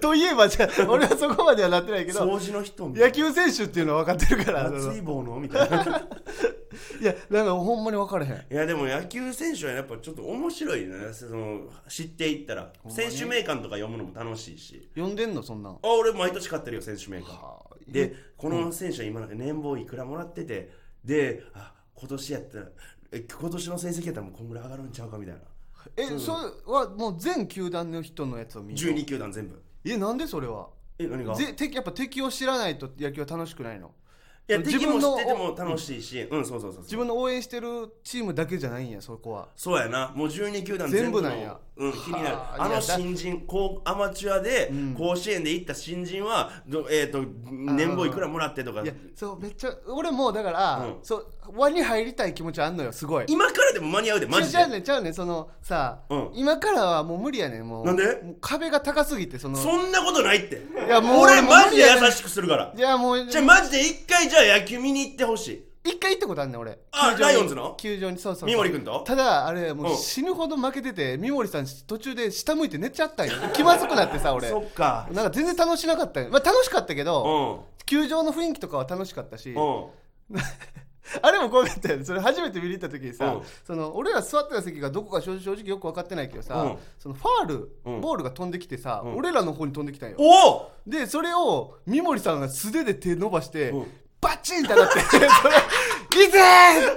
Speaker 1: といえばじゃあ俺はそこまではなってないけど
Speaker 2: 掃除の人みたい
Speaker 1: 野球選手っていうのは分かってるから
Speaker 2: な
Speaker 1: その
Speaker 2: 松井棒のみたいな
Speaker 1: いやなんかほんまに分からへん
Speaker 2: いやでも野球選手はやっぱちょっと面白いねその知っていったら
Speaker 1: ほんま
Speaker 2: 選
Speaker 1: に
Speaker 2: 手名鑑とか読むのも楽しいし
Speaker 1: 呼んでんのそんなん
Speaker 2: あ俺毎年買ってるよ選手名鑑
Speaker 1: はあ
Speaker 2: でこの選手は今なんか年俸いくらもらっててであ今年やったらえ今年の成績やったらもうこんぐらい上がるんちゃうかみたいな
Speaker 1: えそれはもう全球団の人のやつを見る
Speaker 2: 12球団全部
Speaker 1: えなんでそれは
Speaker 2: え何が
Speaker 1: ぜ敵やっぱ敵を知らないと野球は楽しくないの
Speaker 2: いや
Speaker 1: 自
Speaker 2: 敵
Speaker 1: 分
Speaker 2: も
Speaker 1: の
Speaker 2: 知ってても楽しいしうん、そうそうそう
Speaker 1: 自
Speaker 2: そう
Speaker 1: 分の応援してるチームだけじゃないんやそこは
Speaker 2: そうやなもう12球団
Speaker 1: 全
Speaker 2: 全
Speaker 1: 部
Speaker 2: 部
Speaker 1: な
Speaker 2: の
Speaker 1: んや
Speaker 2: うん、気になる
Speaker 1: はあ
Speaker 2: あ
Speaker 1: いやだ
Speaker 2: の新人こうアマチュアで甲子園で行った新人は、どえっ、と年俸いくらもらってとか
Speaker 1: いやそうめっちゃ俺もうだから、
Speaker 2: うん
Speaker 1: そう輪に入りたい気持ちはあんのよすごい
Speaker 2: 今からでも間に合うでマジ
Speaker 1: ちゃう
Speaker 2: で
Speaker 1: ねんちゃうねんそのさ、
Speaker 2: うん
Speaker 1: 今からはもう無理やねんもう
Speaker 2: なんで
Speaker 1: もう壁が高すぎてその
Speaker 2: そんなことないって
Speaker 1: いやもう
Speaker 2: 俺マジ
Speaker 1: 無
Speaker 2: で
Speaker 1: 理やね
Speaker 2: 優
Speaker 1: ん
Speaker 2: しくするから
Speaker 1: じゃあもう
Speaker 2: じゃあマジで一回じゃあ野球見に行ってほしい
Speaker 1: 一回行ったことあんねん俺
Speaker 2: あ
Speaker 1: 球場に
Speaker 2: ライオンズの
Speaker 1: 球場にそうそうそう
Speaker 2: 三森君と
Speaker 1: ただあれも
Speaker 2: う
Speaker 1: うん死ぬほど負けてて三森さん途中で下向いて寝ちゃったんよ気まずくなってさ俺
Speaker 2: そっか
Speaker 1: なんか全然楽しなかったよ、まあ、楽しかったけ
Speaker 2: う
Speaker 1: ど
Speaker 2: ん
Speaker 1: 球場の雰囲気とかは楽しかったし
Speaker 2: うん
Speaker 1: <laughs> あれもこうやったよねそれ初めて見に行った時にさ
Speaker 2: うん
Speaker 1: その俺ら座ってた席がどこか正直正直よく分かってないけど
Speaker 2: う
Speaker 1: さ
Speaker 2: ん
Speaker 1: そのファール
Speaker 2: うん
Speaker 1: ボールが飛んできてさ
Speaker 2: うん
Speaker 1: 俺らの方に飛んできたんよ
Speaker 2: おお
Speaker 1: でそれを三森さんが素手で手伸ばして、
Speaker 2: うん
Speaker 1: バチンって <laughs> なってそれ「いぜー!」って言っ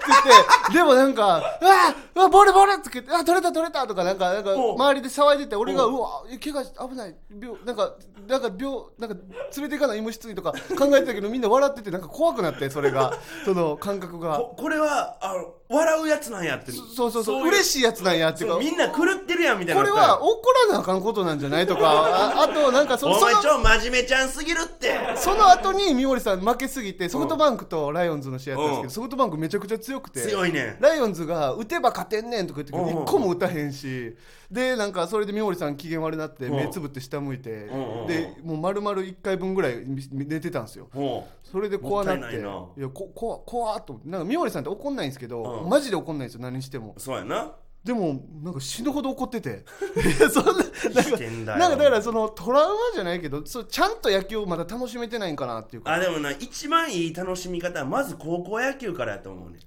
Speaker 1: てでもなんか「うわーうわボールボール!」って言って「あ取れた取れた!」とかなんかなんか
Speaker 2: お
Speaker 1: 周りで騒いでて俺が「
Speaker 2: お
Speaker 1: うわ怪我し危ない病なんかなんか病なんか連れていかない医務室に」とか考えてたけどみんな笑っててなんか怖くなってそれがその感覚が
Speaker 2: ここれはあの笑うやつなんやって
Speaker 1: そうそうそう
Speaker 2: い
Speaker 1: 嬉しいやつなんやっていうか
Speaker 2: そうみんな狂ってるやんみたいな
Speaker 1: これは怒らなあかんことなんじゃないとかああとなんかそ
Speaker 2: お
Speaker 1: そ
Speaker 2: 前
Speaker 1: の
Speaker 2: ちょ真面目ちゃんすぎるって
Speaker 1: その後に三森さん負けすぎてソフトバンクとライオンズの試合やったんですけ
Speaker 2: うん
Speaker 1: どソフトバンクめちゃくちゃ強くて
Speaker 2: 強いねん
Speaker 1: ライオンズが打てば勝てんねんとか言って
Speaker 2: うんうん
Speaker 1: 1個も打たへんしでなんかそれで三森さん機嫌悪なって
Speaker 2: うん
Speaker 1: 目つぶって下向いて
Speaker 2: んうん
Speaker 1: でもう丸々1回分ぐらい寝てたんですよ
Speaker 2: も
Speaker 1: それで怖なって
Speaker 2: もったい
Speaker 1: い
Speaker 2: ないな
Speaker 1: やこ怖っ怖っと思ってなんか三森さんって怒んないんですけど
Speaker 2: うん
Speaker 1: マジで怒んないんですよ何しても
Speaker 2: うそうやな
Speaker 1: でもなんか死ぬほど怒ってて <laughs> いやそんな
Speaker 2: 生きてん
Speaker 1: な
Speaker 2: だ
Speaker 1: んかなんか
Speaker 2: よ
Speaker 1: だからそのトラウマじゃないけどそうちゃんと野球をまだ楽しめてないんかなっていうか
Speaker 2: あでもな一番いい楽しみ方はまず高校野球からやと思うねん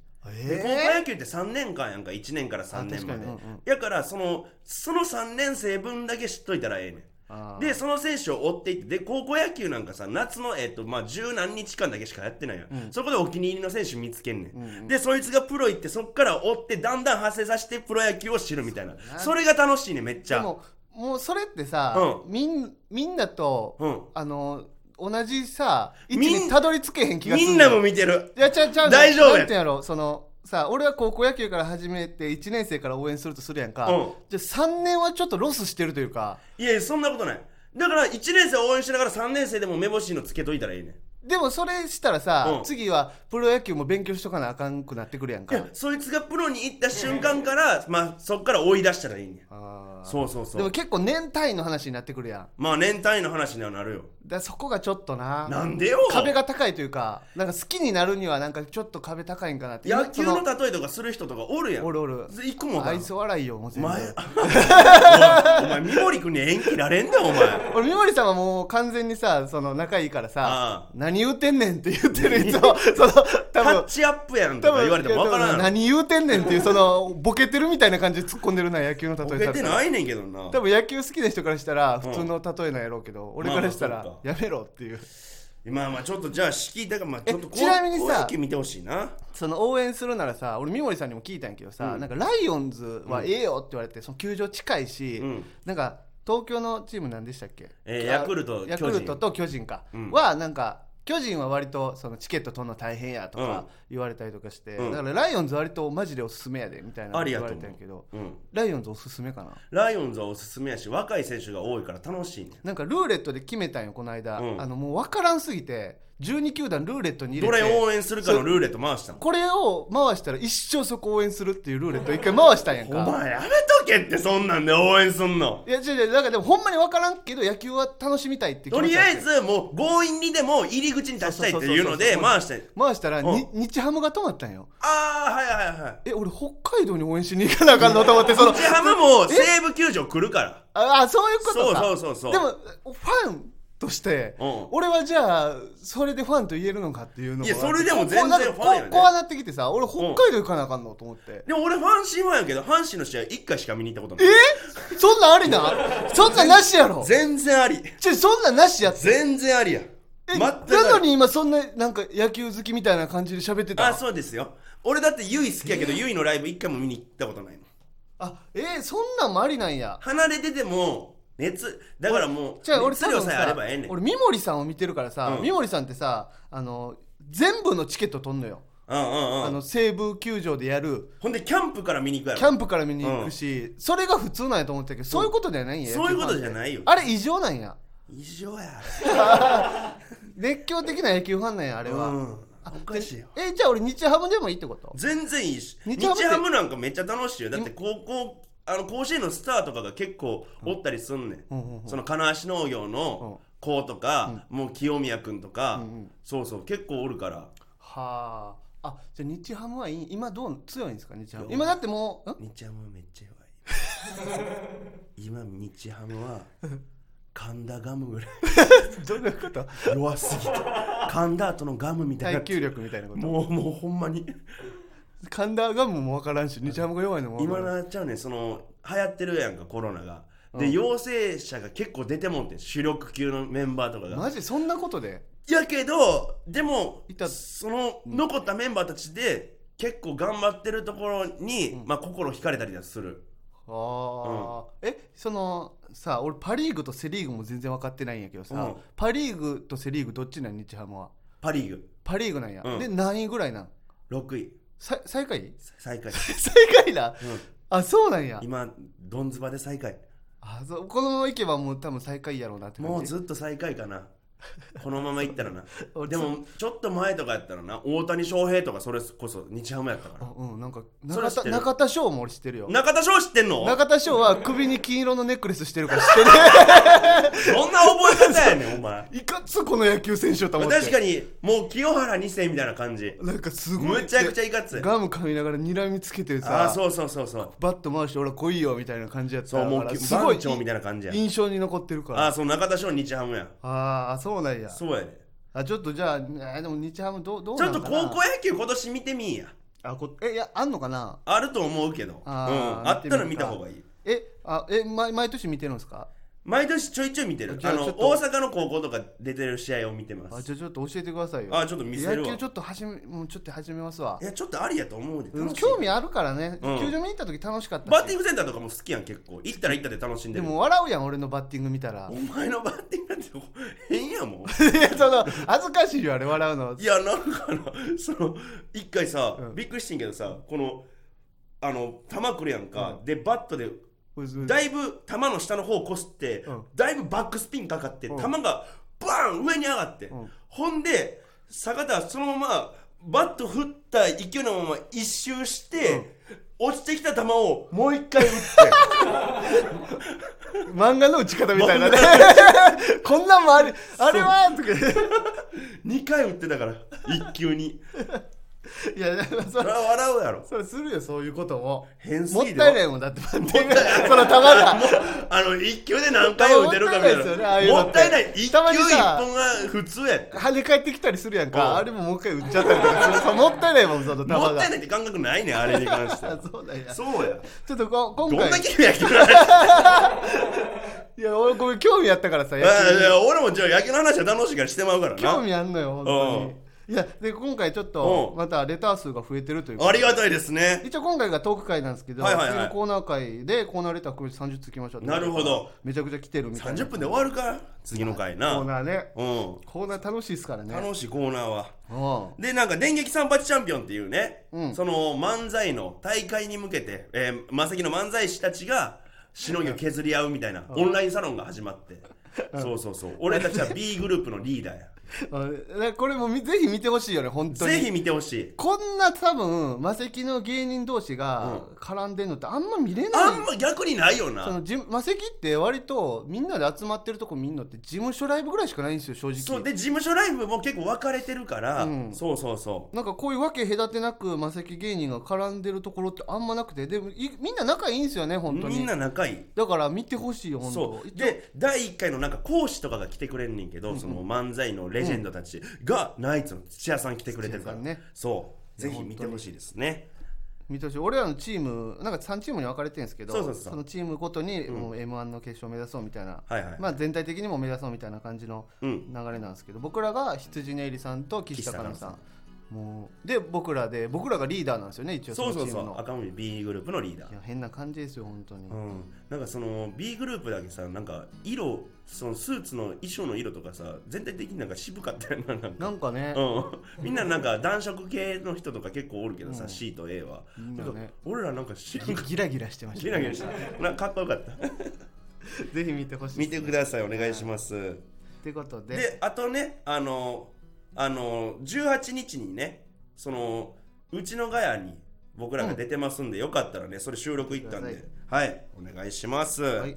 Speaker 2: で高校野球って3年間やんか1年から3年ま
Speaker 1: あ確かに
Speaker 2: で
Speaker 1: うんうん
Speaker 2: やからそのその3年生分だけ知っといたらええねん
Speaker 1: あー
Speaker 2: でその選手を追っていってで高校野球なんかさ夏のえっ、とまあ十何日間だけしかやってないよ、そこでお気に入りの選手見つけんねん、でそいつがプロ行ってそっから追ってだんだん派生させてプロ野球を知るみたいなそれが楽しいねめっち
Speaker 1: で
Speaker 2: ゃ
Speaker 1: ももうそれってさ、
Speaker 2: う
Speaker 1: みんみんなと、
Speaker 2: うん
Speaker 1: あの同じさ位置
Speaker 2: みん
Speaker 1: にたどり着けへん気がする
Speaker 2: みんなも
Speaker 1: い
Speaker 2: 見てる
Speaker 1: やちゃうちゃう
Speaker 2: 大丈夫や
Speaker 1: なんてやろうそのさ俺は高校野球から始めて1年生から応援するとするやんか、
Speaker 2: うん
Speaker 1: じゃあ3年はちょっとロスしてるというか
Speaker 2: いやいやそんなことないだから1年生応援しながら3年生でも目星のつけといたらいいねん
Speaker 1: でもそれしたらさ、
Speaker 2: うん
Speaker 1: 次はプロ野球も勉強しとかなあかんくなってくるやん
Speaker 2: いや
Speaker 1: か
Speaker 2: そいつがプロに行った瞬間から、まあ、そっから追い出したらいいねん
Speaker 1: あー
Speaker 2: そうそうそ
Speaker 1: でも
Speaker 2: う
Speaker 1: 結構年単位の話になってくるやんだか
Speaker 2: まあ年単位の話にはなるよ
Speaker 1: らそこがちょっとな
Speaker 2: なんでよ
Speaker 1: 壁が高いというかなんか好きになるにはなんかちょっと壁高いんかなって
Speaker 2: 野球の
Speaker 1: そ
Speaker 2: 例えとかする人とかおるやん
Speaker 1: おるおる
Speaker 2: 一個もわから
Speaker 1: 愛
Speaker 2: ん
Speaker 1: 想笑いよもう
Speaker 2: お
Speaker 1: 全然
Speaker 2: 前おいお前三森君に縁切られんだよお前
Speaker 1: 俺三森さんはもう完全にさその仲いいからさ
Speaker 2: ああ
Speaker 1: 何言うてんねんって言ってるい
Speaker 2: <laughs>
Speaker 1: つもその多
Speaker 2: タッ
Speaker 1: 分
Speaker 2: チアップやんと
Speaker 1: 多
Speaker 2: か
Speaker 1: 分
Speaker 2: 言われてもわからんやろ
Speaker 1: 何言うてんねんっていうそのボケてるみたいな感じで突っ込んでるな野球の例え
Speaker 2: ボ
Speaker 1: さ
Speaker 2: ケ
Speaker 1: れ
Speaker 2: て
Speaker 1: たら
Speaker 2: ないねんけどな
Speaker 1: 多分野球好きな人からしたら普通
Speaker 2: うん
Speaker 1: の例えなんやろうけど、俺からした
Speaker 2: まあ
Speaker 1: ら
Speaker 2: まあそう
Speaker 1: やめろっていう
Speaker 2: まあまあちょっとじゃあ敷居だからまあちょっと
Speaker 1: えちなみにさ
Speaker 2: 高校野球見てほしいな
Speaker 1: その応援するならさ俺三森さんにも聞いたんやけどさ、なんかライオンズはええよって言われてその球場近いし、
Speaker 2: うん
Speaker 1: なんか東京のチームなんでしたっけ、
Speaker 2: えー
Speaker 1: あ
Speaker 2: ヤクルト
Speaker 1: ヤクルトと巨人か、
Speaker 2: うん
Speaker 1: はなんか巨人は割とそのチケット取るの大変やと
Speaker 2: うん
Speaker 1: か言われたりとかして、
Speaker 2: うん
Speaker 1: だからライオンズ割とマジでおすすめやでみたいな
Speaker 2: あ
Speaker 1: の
Speaker 2: り
Speaker 1: 言
Speaker 2: や
Speaker 1: わ
Speaker 2: と
Speaker 1: れ
Speaker 2: 思
Speaker 1: たんやけど
Speaker 2: う、うん、
Speaker 1: ライオンズおすすめかな
Speaker 2: ライオンズはおすすめやし若い選手が多いから楽しいねん
Speaker 1: なんかルーレットで決めたんよこの間、
Speaker 2: うん
Speaker 1: あのもう分からんすぎて12球団ルーレットに入
Speaker 2: ど
Speaker 1: れ
Speaker 2: れ
Speaker 1: て
Speaker 2: 応援するかのルーレット回したの
Speaker 1: これを回したら一生そこ応援するっていうルーレットを一回回したんやん
Speaker 2: お
Speaker 1: か
Speaker 2: 前やめとけってそんなんで応援すんの
Speaker 1: いや違う違うなんかでもほんまに分からんけど野球は楽しみたいっていう気
Speaker 2: と
Speaker 1: 持ち
Speaker 2: り
Speaker 1: だ
Speaker 2: あ
Speaker 1: っ
Speaker 2: えずもう強引にでも入り口に立ちたいっていう
Speaker 1: そうそう
Speaker 2: ので
Speaker 1: そうそう
Speaker 2: 回して
Speaker 1: た回したらに、
Speaker 2: う
Speaker 1: 日ハムが止まったんよ
Speaker 2: ああはいはいはい
Speaker 1: え俺北海道に応援しに行かなあかんのと思って
Speaker 2: <laughs>
Speaker 1: その
Speaker 2: 日ハムも西武球場来るから
Speaker 1: ああそういうことか
Speaker 2: そうそうそうそう
Speaker 1: でもファンとして、
Speaker 2: うん
Speaker 1: 俺はじゃあそれでファンと言えるのかっていうのが
Speaker 2: いやそれでも全然
Speaker 1: こう
Speaker 2: ファンやね
Speaker 1: こう怖なってきてさ俺北海道行かなあかんのと思って、
Speaker 2: でも俺阪神ファンやけど阪神の試合1回しか見に行ったこと
Speaker 1: え
Speaker 2: ない
Speaker 1: そんなんありなそんなんなしやろ
Speaker 2: 全然あり
Speaker 1: ちょそんなんなしやって
Speaker 2: 全然ありや
Speaker 1: え
Speaker 2: 全くあり
Speaker 1: なのに今そんななんか野球好きみたいな感じで喋ってた
Speaker 2: あそうですよ俺だってユイ好きやけどユイのライブ1回も見に行ったことないの
Speaker 1: あえー、そんなんもありなんや
Speaker 2: 離れてても熱だからもう
Speaker 1: じゃあ俺
Speaker 2: 熱
Speaker 1: 多
Speaker 2: 量
Speaker 1: 分
Speaker 2: さえあれば
Speaker 1: さ
Speaker 2: ええねん
Speaker 1: 俺三森さんを見てるからさ、
Speaker 2: うん
Speaker 1: 三森さんってさあの全部のチケット取んのよ、
Speaker 2: うんうん
Speaker 1: あ
Speaker 2: うん
Speaker 1: の西武球場でやる
Speaker 2: ほんでキャンプから見に行くやろ
Speaker 1: キャンプから見に行くし、それが普通なんやと思ってたけどそういうことじゃないんや、
Speaker 2: そういうこ
Speaker 1: 野
Speaker 2: と
Speaker 1: 球ファンって
Speaker 2: じゃないよ
Speaker 1: あれ異常なんや
Speaker 2: 異常や
Speaker 1: 熱狂的な野球ファンなんやあれは、
Speaker 2: うんおかしいよ
Speaker 1: えじゃあ俺日ハムでもいいってこと
Speaker 2: 全然いいし
Speaker 1: 日
Speaker 2: 日
Speaker 1: ハムって
Speaker 2: ハムなんかめっちゃ楽しいよだって高校あの甲子園のスターとかが結構おったりすんねん、
Speaker 1: うんうんうん
Speaker 2: その金足農業の子とか、もう清宮君とか、そうそう結構おるから
Speaker 1: はああじゃあ日ハムはいい今どう強いんですか日ハム
Speaker 2: 強い
Speaker 1: 今だってもう、ん
Speaker 2: 日ハムはめっちゃ弱い
Speaker 1: <laughs>
Speaker 2: 今日ハムは神田ガムぐらい
Speaker 1: どういうこと
Speaker 2: 弱すぎて神田後のガムみたいな
Speaker 1: <laughs> 耐久力みたいなこと
Speaker 2: もうもうほんまに
Speaker 1: 神田ガムも分からんし日ハムが弱いのも分か
Speaker 2: 今
Speaker 1: らん
Speaker 2: なっちゃうねんその流行ってるやんかコロナがで、陽性者が結構出てもんて主力級のメンバーとかが
Speaker 1: マジそんなことで
Speaker 2: やけどでも
Speaker 1: いた
Speaker 2: その残ったメンバーたちで結構頑張ってるところに、まあ心惹かれたりだする
Speaker 1: ああ、えそのさ俺パ・リーグとセ・リーグも全然分かってないんやけどさ、
Speaker 2: うん
Speaker 1: パ・リーグとセ・リーグどっちなん日ハムは
Speaker 2: パ・リーグ
Speaker 1: パ・リーグなんや、
Speaker 2: うん
Speaker 1: で何位ぐらいなん
Speaker 2: 6位
Speaker 1: さ最下位 <laughs>
Speaker 2: 最下位、
Speaker 1: 最下位だ
Speaker 2: うん
Speaker 1: あそうなんや
Speaker 2: 今ドンズバで最下位
Speaker 1: あそうこのままいけばもう多分最下位やろうなって感じ
Speaker 2: もうずっと最下位かなこのままいったら
Speaker 1: <laughs>
Speaker 2: な
Speaker 1: 俺
Speaker 2: でもちょっと前とかやったらな大谷翔平とかそれこそ日ハムやったから
Speaker 1: あうんなんか
Speaker 2: そ
Speaker 1: 中
Speaker 2: れは知っ
Speaker 1: 田
Speaker 2: てる
Speaker 1: 中田翔も俺知ってるよ
Speaker 2: 中田翔知ってんの
Speaker 1: 中田翔は首に金色のネックレスしてるから知って
Speaker 2: どんな覚え方やねんお前
Speaker 1: るいかつこの野球選手をと思って
Speaker 2: 確かにもう清原2世みたいな感じ
Speaker 1: なんかすごい
Speaker 2: むちゃくちゃ
Speaker 1: ゃ
Speaker 2: いかつい
Speaker 1: ガム噛みながら睨みつけてる
Speaker 2: ああ
Speaker 1: さ
Speaker 2: そうそうそうそう
Speaker 1: バット回して俺来いよみたいな感じやった
Speaker 2: そうも
Speaker 1: か
Speaker 2: う
Speaker 1: らすご
Speaker 2: 番
Speaker 1: い
Speaker 2: 長みたいな感じや
Speaker 1: 印象に残ってるから
Speaker 2: ああそう中田翔日ハムや
Speaker 1: ああそうなんや
Speaker 2: そうやね
Speaker 1: あちょっとじゃああでも日ハムどうどう
Speaker 2: ち
Speaker 1: な
Speaker 2: ょっ
Speaker 1: の
Speaker 2: と
Speaker 1: か
Speaker 2: 高
Speaker 1: な
Speaker 2: 校野球今年見てみんや
Speaker 1: あこえいやあんのかな
Speaker 2: あると思うけどうん
Speaker 1: あー
Speaker 2: あったら
Speaker 1: 見てみる
Speaker 2: 見
Speaker 1: か
Speaker 2: た方がいい
Speaker 1: えあえ毎毎年見てるんですか
Speaker 2: 毎年ちょいちょい見てる
Speaker 1: じゃあ
Speaker 2: あ
Speaker 1: ち
Speaker 2: の
Speaker 1: ょっと
Speaker 2: 大阪の高校とか出てる試合を見てま
Speaker 1: あ
Speaker 2: す
Speaker 1: じゃあちょっと教えてくださいよ
Speaker 2: あちょっと見せるわ
Speaker 1: 野球ちょっと始めもうちょっと始めますわ
Speaker 2: いやちょっとありやと思うで
Speaker 1: うん
Speaker 2: 楽しい
Speaker 1: 興味あるからね、
Speaker 2: うん
Speaker 1: 球場見に行った時楽しかったし
Speaker 2: バッティングセンターとかも好きやん結構行ったら行ったで楽しんで
Speaker 1: で
Speaker 2: る
Speaker 1: も笑うやん俺のバッティング見たら
Speaker 2: お前のバッティングなんて変やもん
Speaker 1: いやその恥ずかしいよあれ笑うの
Speaker 2: いやなんかあのその一回さ、
Speaker 1: うん
Speaker 2: びっくりしてんけどさこのあの球くるやんか、でバットでだいぶ球の下の方をこすって、
Speaker 1: うん
Speaker 2: だいぶバックスピンかかって、
Speaker 1: うん
Speaker 2: 球がバーン上に上がって、
Speaker 1: うん
Speaker 2: ほんで坂田はそのままバット振った勢いのまま一周して、落ちてきた球をもう一回
Speaker 1: <laughs>
Speaker 2: 打って
Speaker 1: 漫画の打ち方みたいなね <laughs> こんなんもありあれはとか
Speaker 2: 2回打ってたから一球に
Speaker 1: いやいやそ
Speaker 2: それ
Speaker 1: れ
Speaker 2: は笑うやろ
Speaker 1: それするよそういうことも
Speaker 2: 変す
Speaker 1: もっ
Speaker 2: ぎ
Speaker 1: たい
Speaker 2: で
Speaker 1: ないもんだってバッティングその球が
Speaker 2: <laughs> あの一球で何回打てるかみたい
Speaker 1: もったいないですよねああいうのっ
Speaker 2: な
Speaker 1: て
Speaker 2: もったいない一球一
Speaker 1: たまにさ
Speaker 2: 本が普通やって
Speaker 1: 跳ね返ってきたりするやん
Speaker 2: うん
Speaker 1: かあれももう一回打っちゃったりとかそうもったいないもんその球が
Speaker 2: もったいないって感覚ないねんあれに関しては
Speaker 1: あ <laughs> そうだや
Speaker 2: そうや
Speaker 1: ちょっとこ
Speaker 2: ど
Speaker 1: 今
Speaker 2: ん
Speaker 1: 回
Speaker 2: だけ野球
Speaker 1: <laughs>
Speaker 2: の話
Speaker 1: いや俺これ興味あったからさ野球
Speaker 2: あいや俺もじゃあ野球の話は楽しいからしてまうから
Speaker 1: 興
Speaker 2: な
Speaker 1: 味あんのよ本当にいやで今回ちょっと
Speaker 2: うん
Speaker 1: またレター数が増えてるということ
Speaker 2: あり
Speaker 1: で
Speaker 2: がたいですね
Speaker 1: 一応今回がトーク会なんですけど、
Speaker 2: はいはいはい
Speaker 1: 次のコーナー会でコーナーレターこれ30つきましょう
Speaker 2: なるほど
Speaker 1: めちゃくちゃ来てるみたいな
Speaker 2: 30分で終わるか次の回
Speaker 1: コー
Speaker 2: な
Speaker 1: ナーね
Speaker 2: うん
Speaker 1: コーナー楽しいですからね
Speaker 2: 楽しいコーナーは
Speaker 1: うん
Speaker 2: でなんか電撃三八チャンピオンっていうね、
Speaker 1: うん
Speaker 2: その漫才の大会に向けて、えー、マセキの漫才師たちがしのぎを削り合うみたいなオンラインサロンが始まって、そうそうそう俺たちは B グループのリーダーや
Speaker 1: あこれもみぜひ見てほしいよね本当に
Speaker 2: ぜひ見てほしい
Speaker 1: こんな多分マセキの芸人同士が絡んでるのってあんま見れない、
Speaker 2: あんま逆にないよな
Speaker 1: そのじマセキって割とみんなで集まってるとこ見んのって事務所ライブぐらいしかないんですよ正直
Speaker 2: そうで事務所ライブも結構分かれてるから、
Speaker 1: うん
Speaker 2: そうそうそう
Speaker 1: なんかこういうわけ隔てなくマセキ芸人が絡んでるところってあんまなくてでもいみんな仲いいんですよね本当に
Speaker 2: みんな仲いい
Speaker 1: だから見てほしいよ本
Speaker 2: そ
Speaker 1: 当
Speaker 2: うで第1回のなんか講師とかが来てくれんねんけど、その漫才のレジェンドたちが、ナイツの土屋さん来てくれてるから
Speaker 1: 土屋さんね
Speaker 2: そうぜひ見てほしいですね
Speaker 1: 見てほしい俺らのチームなんか3チームに分かれてるんですけど
Speaker 2: そうそうそう
Speaker 1: のチームごとにもう m 1の決勝目指そうみたいな、
Speaker 2: はいはい、
Speaker 1: まあ、全体的にも目指そうみたいな感じの
Speaker 2: うん
Speaker 1: 流れなんですけど僕らが羊ねいりさんと岸高野さん
Speaker 2: 岸高
Speaker 1: もうで僕らで僕らがリーダーなんですよね一応
Speaker 2: そうそう
Speaker 1: チ
Speaker 2: そ
Speaker 1: ームの
Speaker 2: う赤森 B グループのリーダ
Speaker 1: い
Speaker 2: ー
Speaker 1: や変な感じですよ本当に、
Speaker 2: うん、なんかその B グループだけさなんか色そのスーツの衣装の色とかさ全体的になんか渋かったよななんか
Speaker 1: なんかね、
Speaker 2: うん、みんななんか暖色系の人とか結構おるけどさ、
Speaker 1: うん
Speaker 2: C と A は、
Speaker 1: みんなね
Speaker 2: なんか俺らなんか白
Speaker 1: ギ
Speaker 2: く
Speaker 1: ギラギラしてました
Speaker 2: ギ
Speaker 1: ね、
Speaker 2: ラギラしたなんかかっこよかった
Speaker 1: <laughs> ぜひ見てほしい
Speaker 2: 見てくださいお願いします、
Speaker 1: ということで
Speaker 2: であとねあのあの18日にねそのうちのガヤに僕らが出てますんで、よかったらねそれ収録行ったん
Speaker 1: く
Speaker 2: ではいお願いします、
Speaker 1: はい、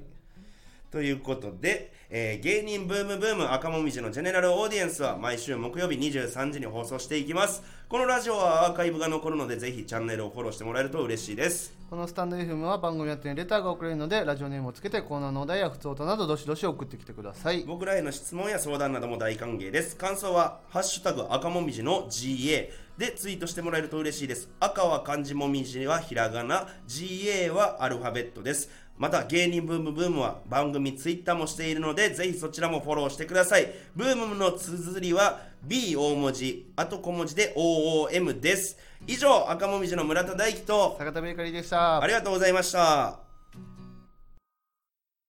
Speaker 2: ということで、えー芸人ブームブーム赤もみじのジェネラルオーディエンスは毎週木曜日23時に放送していきますこのラジオはアーカイブが残るのでぜひチャンネルをフォローしてもらえると嬉しいです
Speaker 1: このスタンド FM は番組宛てにレターが送れるのでラジオネームをつけてコーナーのお題や普通音などどしどし送ってきてください
Speaker 2: 僕らへの質問や相談なども大歓迎です感想は「ハッシュタグ赤もみじの GA」でツイートしてもらえると嬉しいです赤は漢字もみじはひらがな GA はアルファベットですまた芸人ブームブームは番組ツイッターもしているのでぜひそちらもフォローしてくださいブームの綴りは B 大文字あと小文字で OOM です以上赤もみじの村田大樹と
Speaker 1: 坂田ベーカリーでした
Speaker 2: ありがとうございました